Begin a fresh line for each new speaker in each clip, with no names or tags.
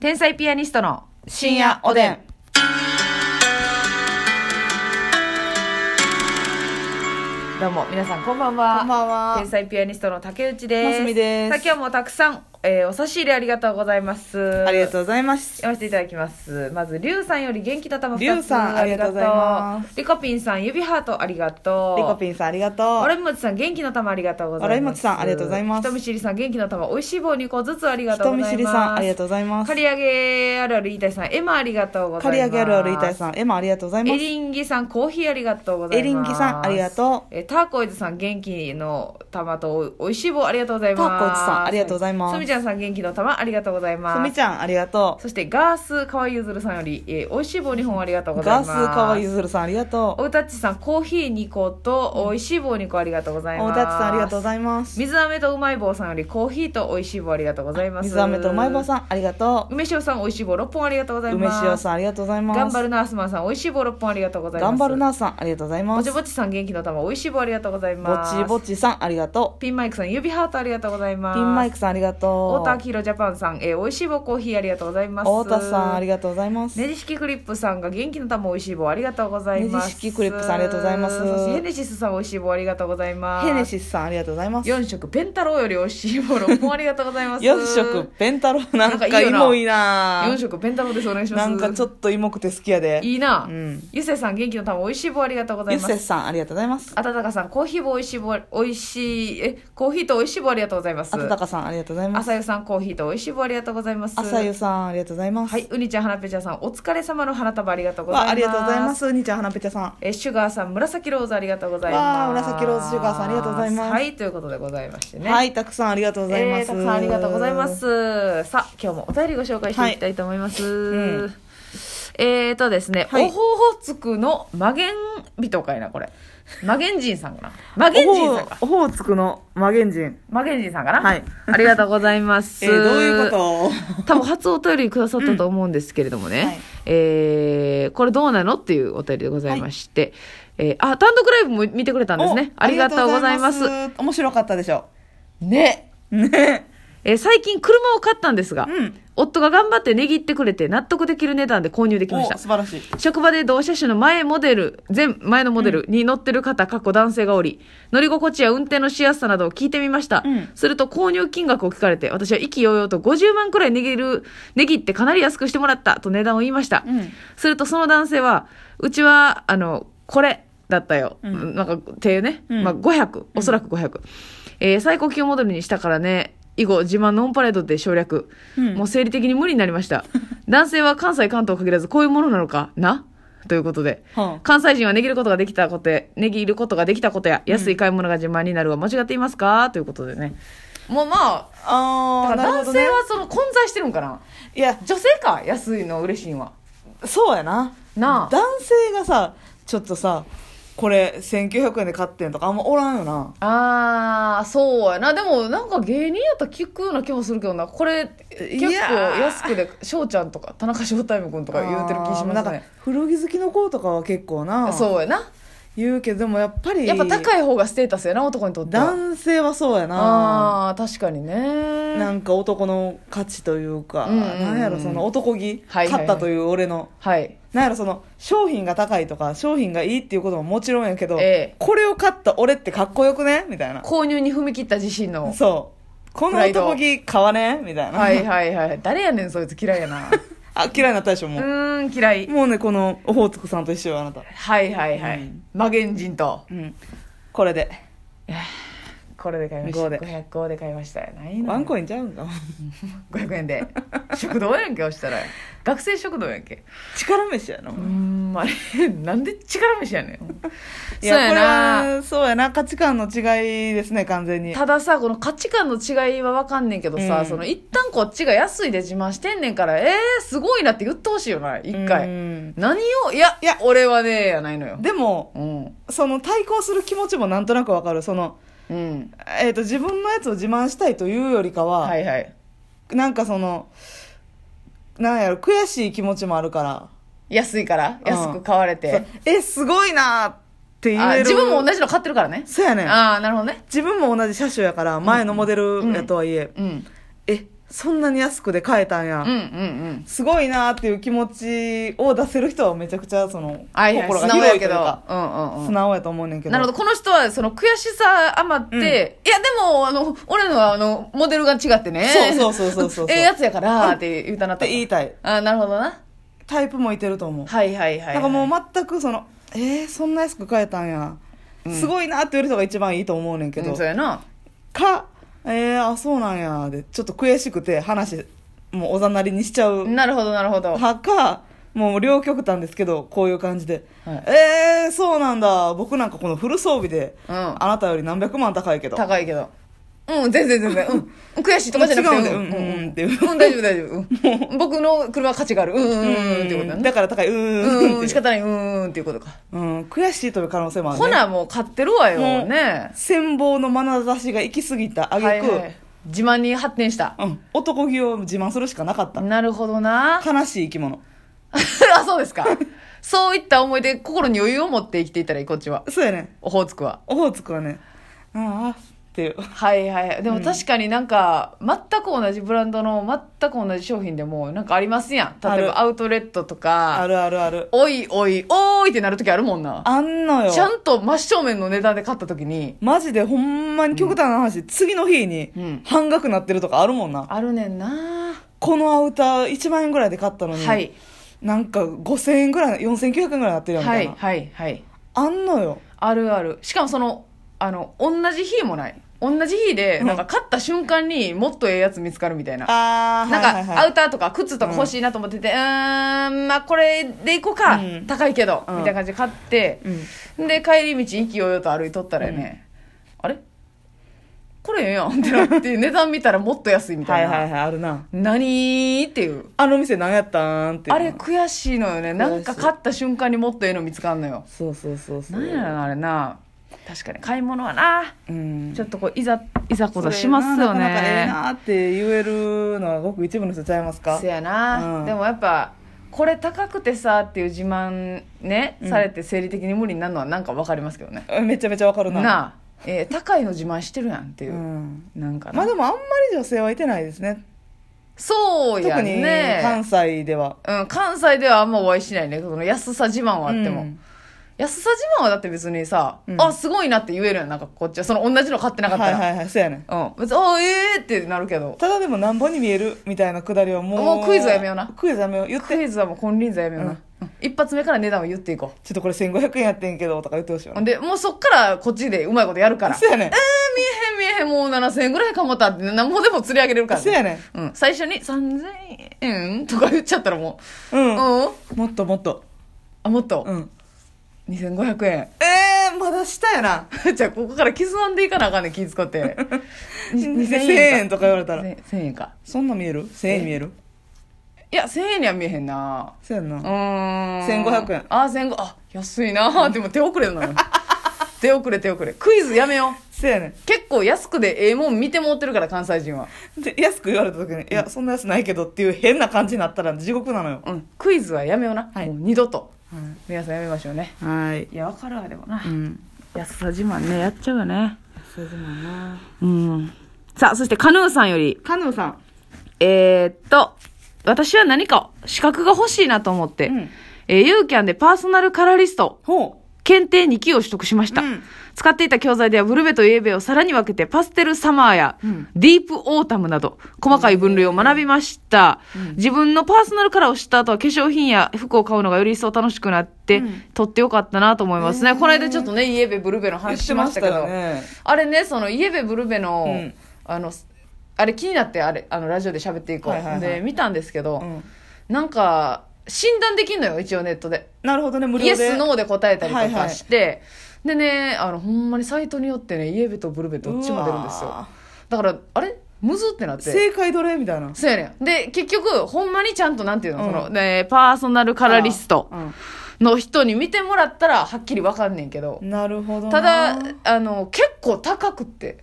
天才ピアニストの
深夜おでん。
どうも皆さんこんばんは
こんばんは
天才ピアニストの竹内です
ますみです
さあ今日もたくさん、えーお差し入れありがとうございます
ありがと
う
うございます。
読ませていただきますまずりゅうさんより元気の玉2つ
りゅうさんありがとうございます
りこぴんさん指ハートありがとう
リコピンさんありがとう。
わらびもちさん元気の玉ありがとうございます
わらびもちさんありがとうございます
人見知りさん元気の玉おいしい棒2個ずつありがとう
人
ござい
見
ます
知りさんありがと
う
うございます
刈。り上げあるある言いたいさんエマありがとうござい
刈
ます
り上げあるあるいたいさん、エマありがとうございま
エ
す。
リンギさんコーヒーありがとうございます
エリンギさんありがと
うえーターコイズさん元気の玉とおおいしい棒ありがとうございます
ターコイズさんありがとうございます
すみちゃんさん元気の玉ありがとうございます
すみちゃんありがと
そしてガース川ゆずるさんより、えー、おいしい棒2本ありがとう
う。
ござい
ガ
ま
ース
す
かわゆ
ず
ずるさんありがとう。
おうたっちさんコーヒー2個とおいしい棒2個ありがとうございます
大立さんありがとうございます。
水飴とうまい棒さんよりコーヒーとおいしい棒ありがとうございます
水飴とうまい棒
ん
さんありがと
梅塩さんおいしい棒6本ありがとうご
う。
ざい
梅
ます
塩さんありがとうございます。
頑張るナースマンさんおいしい棒6本ありがとうございます
頑張るナースさんありがとうござい
ぼ
ま
ち
す。
ぼちさん元気の玉おいしい棒ありがとうござい
ぼ
ます
ちぼちさんありがと
ピンマイクさん指ハートありがとうございま
う。
す
ピンマイクさんありがと
太
う
田。ひろジャパンさん、えー、おいしい棒コーヒーありがとうございます
太田さんあり
がと
がとうございます。
ねじ式クリップさんが元気の玉おいしい棒ありがとうございます
ねじ式クリップさんありがとうございます
そしてヘネシスさんおいしい棒ありがとうございます
ヘネシスさんありがとうございます。
4色ペンタロウよりおいしい棒6本ありがとうございます
四色ペンタロウなんかイモいな
4色ペンタロウですお願いしま
な
す
んかちょっとイモくて好きやで
いいな、
うん
ゆせさん元気の玉おいしい棒ありがとうござい
ゆ
ます
せさんありがとうございます
あたたかさん、コーヒー棒おいしい棒、おいしい、え、コーヒーとおいしい棒ありがとうございます。
あたたかさんありがとうございま
あ
す
さゆさん、コーヒーとおいしい棒ありがとうございます。
あさゆさんありがとうございます
はい、うにちゃん、はなぺちゃんさん、お疲れ様の花束ありがとうございます。
わありがとうございま。すにちゃんはなぺちゃさん
え、シュガーさん、紫ローズありがとうございます。
わあ紫ローズシュガーさんありがとうございます
はい、ということでございましてね。。
はいいたくさんありがとうございま
え
す、
ー、たくさんありがとうございます。さあ、今日もお便りご紹介していきたいと思います。
いう
えーとですね、
はい
オホーツクのマゲン人かいな、これ。マゲン人さんかな。マゲン人さんか。
オホーツクのマゲンジン
マゲンジンさんかな
はい
ありがとうございます。
えー、どういうこ
多分初お便りくださったと思うんですけれどもね。
うんはい
えー、これどうなのっていうお便りでございまして。えー、あ、単独ライブも見てくれたん
と
ですね。ありがとうございます。
面白かったでしょ
ね。
ね
えー最近車を買ったんですが、
うん
夫が頑張って値切ってくれて納得できる値段で購入できまし
お
た。
素晴らしい
職場で同車種の前モデル、前、前のモデルに乗ってる方、過去男性がおり、乗り心地や運転のしやすさなどを聞いてみました。
うん
すると購入金額を聞かれて、私は意気揚々と50万くらい値切る、値切ってかなり安くしてもらったと値段を言いました。
うん
するとその男性は、うちは、あの、これだったよ。
うん
なんか、てね。
うん
まあ、500。おそらく500。えー最高級モデルにしたからね、以後、自慢のオンパレードで省略。
うん
もう生理的に無理になりま した。男性は関西、関東限らず、こういうものなのか なということで。
はあ
関西人は値切ることができたことや、値切ることができたことや、安い買い物が自慢になるは間違っていますかということでね。もうまあ、
あーなるほ
男
どね
性はその混在してるんかな。
いや
女性か、安いの嬉しいんは。
そうやな
なあ
男性がさちょっとさこれ1900円で買ってんとかあんまおらんよな
ああそうやなでもなんか芸人やったら聞くような気もするけどなこれ結
い
構
やー
安くで翔ちゃんとか田中翔太夢君とか言うてる気しま
あー
す
なん
ね
か古着好きの子とかは結構な
そうやな
言うけどでもやっぱり
やっぱ
い
高い方がステータスやな男にとっては
男性はそうやな
ああ確かにね
なんか男の価値というか、
うんうんうん
なんやろその男気、
はいはいはい
買ったという俺の
はい
なんやろその商品が高いとか商品がいいっていうことももちろんやけど、
ええ
これを買った俺ってかっこよくねみたいな
購入に踏み切った自身の
そうこ
プ
の
ライド
男気買わねみたいな、
はいはいはい誰やねんそいつ嫌いや な
あ嫌いになったでしょ
う
もう、
ーん嫌い
もうねこのオホーツクさんと一緒よあなた
はいはいは
う
い
ん
魔源人と
うんこれで
これで買いました
5で
500で買いましたよないの
ワンコインちゃうんか
500円で食堂やんけ押したら学生食堂やんけ
力飯やな
うーんあれなんで力飯やねん
い
そうや
こ
な
れはそうやな価値観の違いですね完全に
たださこの価値観の違いは分かんねんけどさ、
うん
その一旦こっちが安いで自慢してんねんからえー、すごいなって言ってほしいよな一回、
うん
何をいや
いや
俺はねやないのよ
でも
うん
その対抗する気持ちもなんとなくわかるその、
うん
えー、と自分のやつを自慢したいというよりかは、
はいはい
なんかそのなんやろ悔しい気持ちもあるから
安いから
うん
安く買われ
そう
て、
えすごいなーって言
あ
える
自分も同じの買ってるからね
そうやねん
ああなるほどね
自分も同じ車種やから前のモデルやとはいえ、
うん
えそんなに安くで買えたんや、
うんうんうん。
すごいなっていう気持ちを出せる人はめちゃくちゃその
はいはい、素
心が
直
広
や
いとい
け
う
ど。
か
うんうんう
素
ん。
直やと思うねんけど
なるほど。この人は、その悔しさ余って、
うん
いや、でも、あの、俺のは、あの、モデルが違ってね。
そうそうそうそうそう
ええやつやから、って言うたな
っ
ってた。
言いたい
あなるほどな。
タイプもいてると思う、
はいはいはい。
なんかもう全くそのえー、そんな安く買えたんや、すごいなって言う人が一番いいと思うねんけど、
うんそうやな。
かえー、あそうなんやでちょっと悔しくて話もうおざなりにしちゃう
なるほどなるほど。
派かもう両極端ですけどこういう感じで、
はい
えー、そうなんだ僕なんかこのフル装備で、
うん
あなたより何百万高いけど
高いけど。うん、全然全然。うん。悔しいとかじゃなくて、
違うんだようんうんうんっていう
うん、大丈夫大丈夫。うん僕の車は価値がある。うんうん
う
うんってことだ
ん
ね。
だから高いう
う
ーん
んうん、仕方ない。うんうんっていうことか。
うん、悔しいという可能性もある、ね、
ほな、もう買ってるわ
も
よ。
う
ね。
羨望の眼差しが行き過ぎた挙句、
はいはい自慢に発展した。
うん、男気を自慢するしかなかった
なるほどな。
悲しい生き物
あ、そうですか。そういった思いで心に余裕を持って生きていたらいい、こっちは。
そうやね
オホーツクは。
オホーツクはねああっていう
はいはい。でも確かになんか、全く同じブランドの全く同じ商品でもなんかありますやん。
あ
例えば
る
アウトレットとか。
あるあるある
おいおい、おーいってなるときあるもんな。
あんのよ
ちゃんと真正面の値段で買ったときに、
マジでほんまに極端な話、次の日に
うん
半額なってるとかあるもんな、
あるねんな
このアウター1万円ぐらいで買ったのに、
はい。
なんか5000円ぐらい4900円ぐらいなってるやんみ
は
たい
い、
な、
はい、はい。
あんのよ
あるある。しかもその、あの、同じ日もない。同じ日で、
うん
なんか買った瞬間にもっとええやつ見つかるみたいな。
ああ
なんか、アウターとか靴とか
うん
欲しいなと思ってて、うーん、まあこれでいこうか、
うん
高いけど、
うん
みたいな感じで買って、で、帰り道意気揚々と歩いとったらね、あれこれええやんってなって、値段見たらもっと安いみた
はいい
な。
はいはいあるな
何っていう
あの店何やったんっていう
あ
の
れ悔しいのよね
しい
なんか買った瞬間にもっとええの見つかんのよ
そうそうそうそう
何やろなあれな確かに買い物はな
うん
ちょっとこういざいざこざしますよ
それななかなかええ
ね
なって言えるのはごく一部の人ちゃいますか
せやな、
うん
でもやっぱこれ高くてさっていう自慢ね、
うん
されて生理的に無理になるのはなんかわかりますけどね、
めちゃめちゃわかるな
なあ、えー高いの自慢してるやんっていうう、
ん
なんかな
まあでもあんまり女性はいてないですね
そう
特
や
に
ね
関西では、
うん、関西ではあんまお会いしないねその安さ自慢はあっても、
うん
安さ自慢はだって別にさ、
うん
あすごいなって言えるやんなんかこっちはその同じの買ってなかった
はい
ら、
はいはいそうやね
うん別にあええー、ってなるけど
ただでもなんぼに見えるみたいなくだりはもう
もうクイズはやめような
クイズやめよう言って
クイズはもう金輪際やめような、
うん
うん一発目から値段を言っていこ
ちょっとこれ1500円やってんけどとか言ってほしいよ
うほ
なん
でもうそっからこっちでうまいことやるから
そうやね
見えへん見えへんもう7000円ぐらいかもたって何もでも釣り上げれるから、
そうやね
うん、最初に3000円とか言っちゃったらも
う、
う、うんん、
もっともっと
あもっと、
うん
2500円
えー、まだ下やな
じゃあここから刻んでいかなあかんねん気使って
2000
2000
円とか言われたら
1000円か
そんな見える1000円見える
いや1000円には見えへんな
そうやん
う
な
ーん
1500円
あ千五あ安いなでも手遅れな のよ手遅れ手遅れクイズやめよう
そうやね
結構安くでええもん見てもってるから関西人は、
で安く言われた時に「いやそんな安ないけど」っていう変な感じになったら地獄なのよ
うん、クイズはやめような、
はい
もう二度と
は
皆さんやめましょうね
い
いやわかるわでもな、
うん
安さ自慢ねやっちゃうよね
そうでもな
うんさあそしてカヌーさんより
カヌーさん
えー、っと私は何か資格が欲しいなと思って、
うん
えー、ユーキャンでパーソナルカラリスト
ほ
検定2級を取得しました、
うん
使っていた教材ではブルベとイエベをさらに分けてパステルサマーや
うん
ディープオータムなど細かい分類を学びました、自分のパーソナルカラーを知った後は化粧品や服を買うのがより一層楽しくなって、
うん
取ってよかったなと思いますね、
へー
この間ちょっとねイエベブルベの
う言っ
話してま
ま
し
した
たけど
よね
あれねそのイエベブルベの、
うん
あのあれ気になってあれあのラジオで喋っていこう、
はいはいはい
で見たんですけど、
うん
なんか診断できんのよ一応ネットで。
なるほどね無料
イ
で
エスノーで答えたり
は
と
いは
か
い
して、でねあのほんまにサイトによってねイエベとブルベどっちも出るんです
う
よ
わ
だからあれむずってなって
正解どれみたいな
そうやねんで結局ほんまにちゃんとなんていうの,、
うん
そのね、パーソナルカラーリスト
あ
の人に見てもらったらはっきりわかんねんけど
うんなるほどな
ただあの結構高くって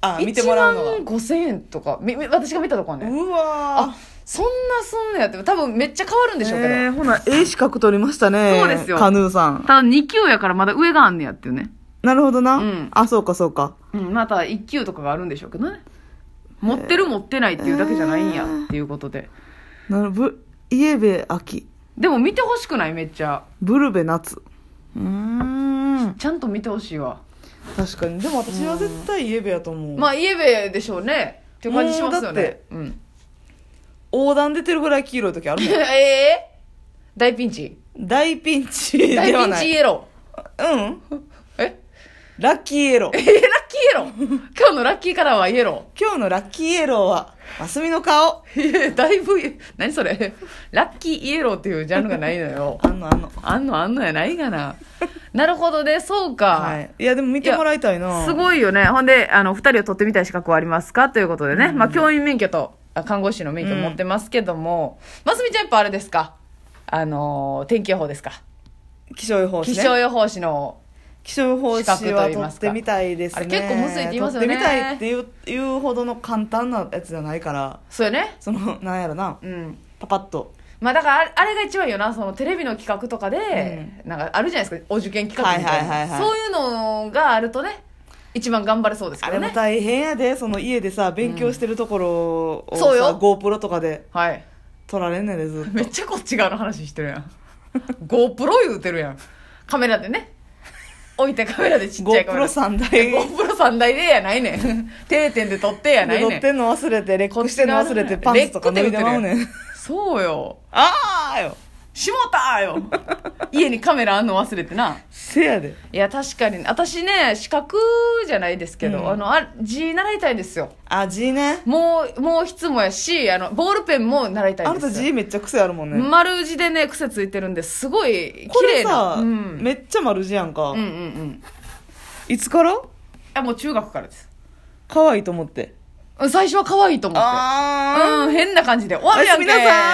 あ見て
1
もらうのが
万5000円とかみみ私が見たとこはね
うわ
あそんなそんなやって多分めっちゃ変わるんでしょうけど、
えーほな A 資格取りましたね
そうですよ
カヌーさん
ただ2級やからまだ上があんねやっていうね
なるほどな、
うん
あそうかそうか
うん、また1級とかがあるんでしょうけどね。持ってる持ってないっていうだけじゃないんやっていうことで
なるぶ家べ秋
でも見てほしくないめっちゃ
ブルベ夏うーん
ちゃんと見てほしいわ
確かにでも私は絶対家べやと思う、
まあイエベでしょうねっていう感じしますよ
もうだっ
ね
て
うん
横断出てるぐらい黄色い時ある
え
もん
え大ピンチ
大ピンチで
大ピ
は
ン
な
チイ
い
エロ
うん
ーえ
ラッキーイエロー
えラッキーイエロ ー今日のラッキーカラーはイエロ
今日のラッキーイエローはますみの顔
ーいやだいぶ何それラッキーイエローっていうジャンルがないの よ
あんのあんの
あんのあんのやないがななるほどねそうか、
はいいやでも見てもらいたいな
すごいよね。ほんで、あの、二人を取ってみたい資格はありますかということでね。まあ、教員免許と、あ看護師の免許
うん
持ってますけども、ますみちゃんやっぱあれですかあのー、天気予報ですか
気象予報士
気
ね
象予報士の、
気象予報士
資格と
は
言い
取
ます
っ
か
てみたいですね
あれ結構むずいって言いますよね
取ってみたいっていう言うほどの簡単なやつじゃないから
そうよね。
そのなんやろな
うん。
パパッと
まあ、だからあれ、あれが一番いいよな。その、テレビの企画とかで、なんか、あるじゃないですか。お受験企画みたいな。
はいはいはいはい
そういうのがあるとね、一番頑張れそうです
あ
け
れ
ど
も
ね。
大変やでその家でさ勉強してるところをさ、
そうよ
GoPro とかで
はい。
撮られんねんでずっと
めっちゃこっち側の話してるやん GoPro 言うてるやんカメラでね置いてカメラでちっちゃいカメラ
GoPro3 台
いや GoPro3 台でやないねん 定点で撮ってやな
で
い
撮
ね
っ
ん
てんの忘れてレックしてんの忘れてパンツとか脱いでまうね
レックって言うてる
ん
そうよ
ああよ
しもたーよ家にカメラあんの忘れてな
せやで
いや確かに私ね資格じゃないですけど、
うん
あのあ字習いたいんですよ
味ね
もうもう筆もやしあのボールペンも習いたい
あ
んで
な
すよ
た字めっちゃ癖あるもんね
丸字でね癖ついてるんですごい綺
これ
麗な
さ、
うん、
めっちゃ丸字やんか、
うんうんうん
いつから
あもう中学からです
可愛いと思って
うん最初は可愛いと思って
あ
哦うん変な感じで終わるやんけ
おやすみなさい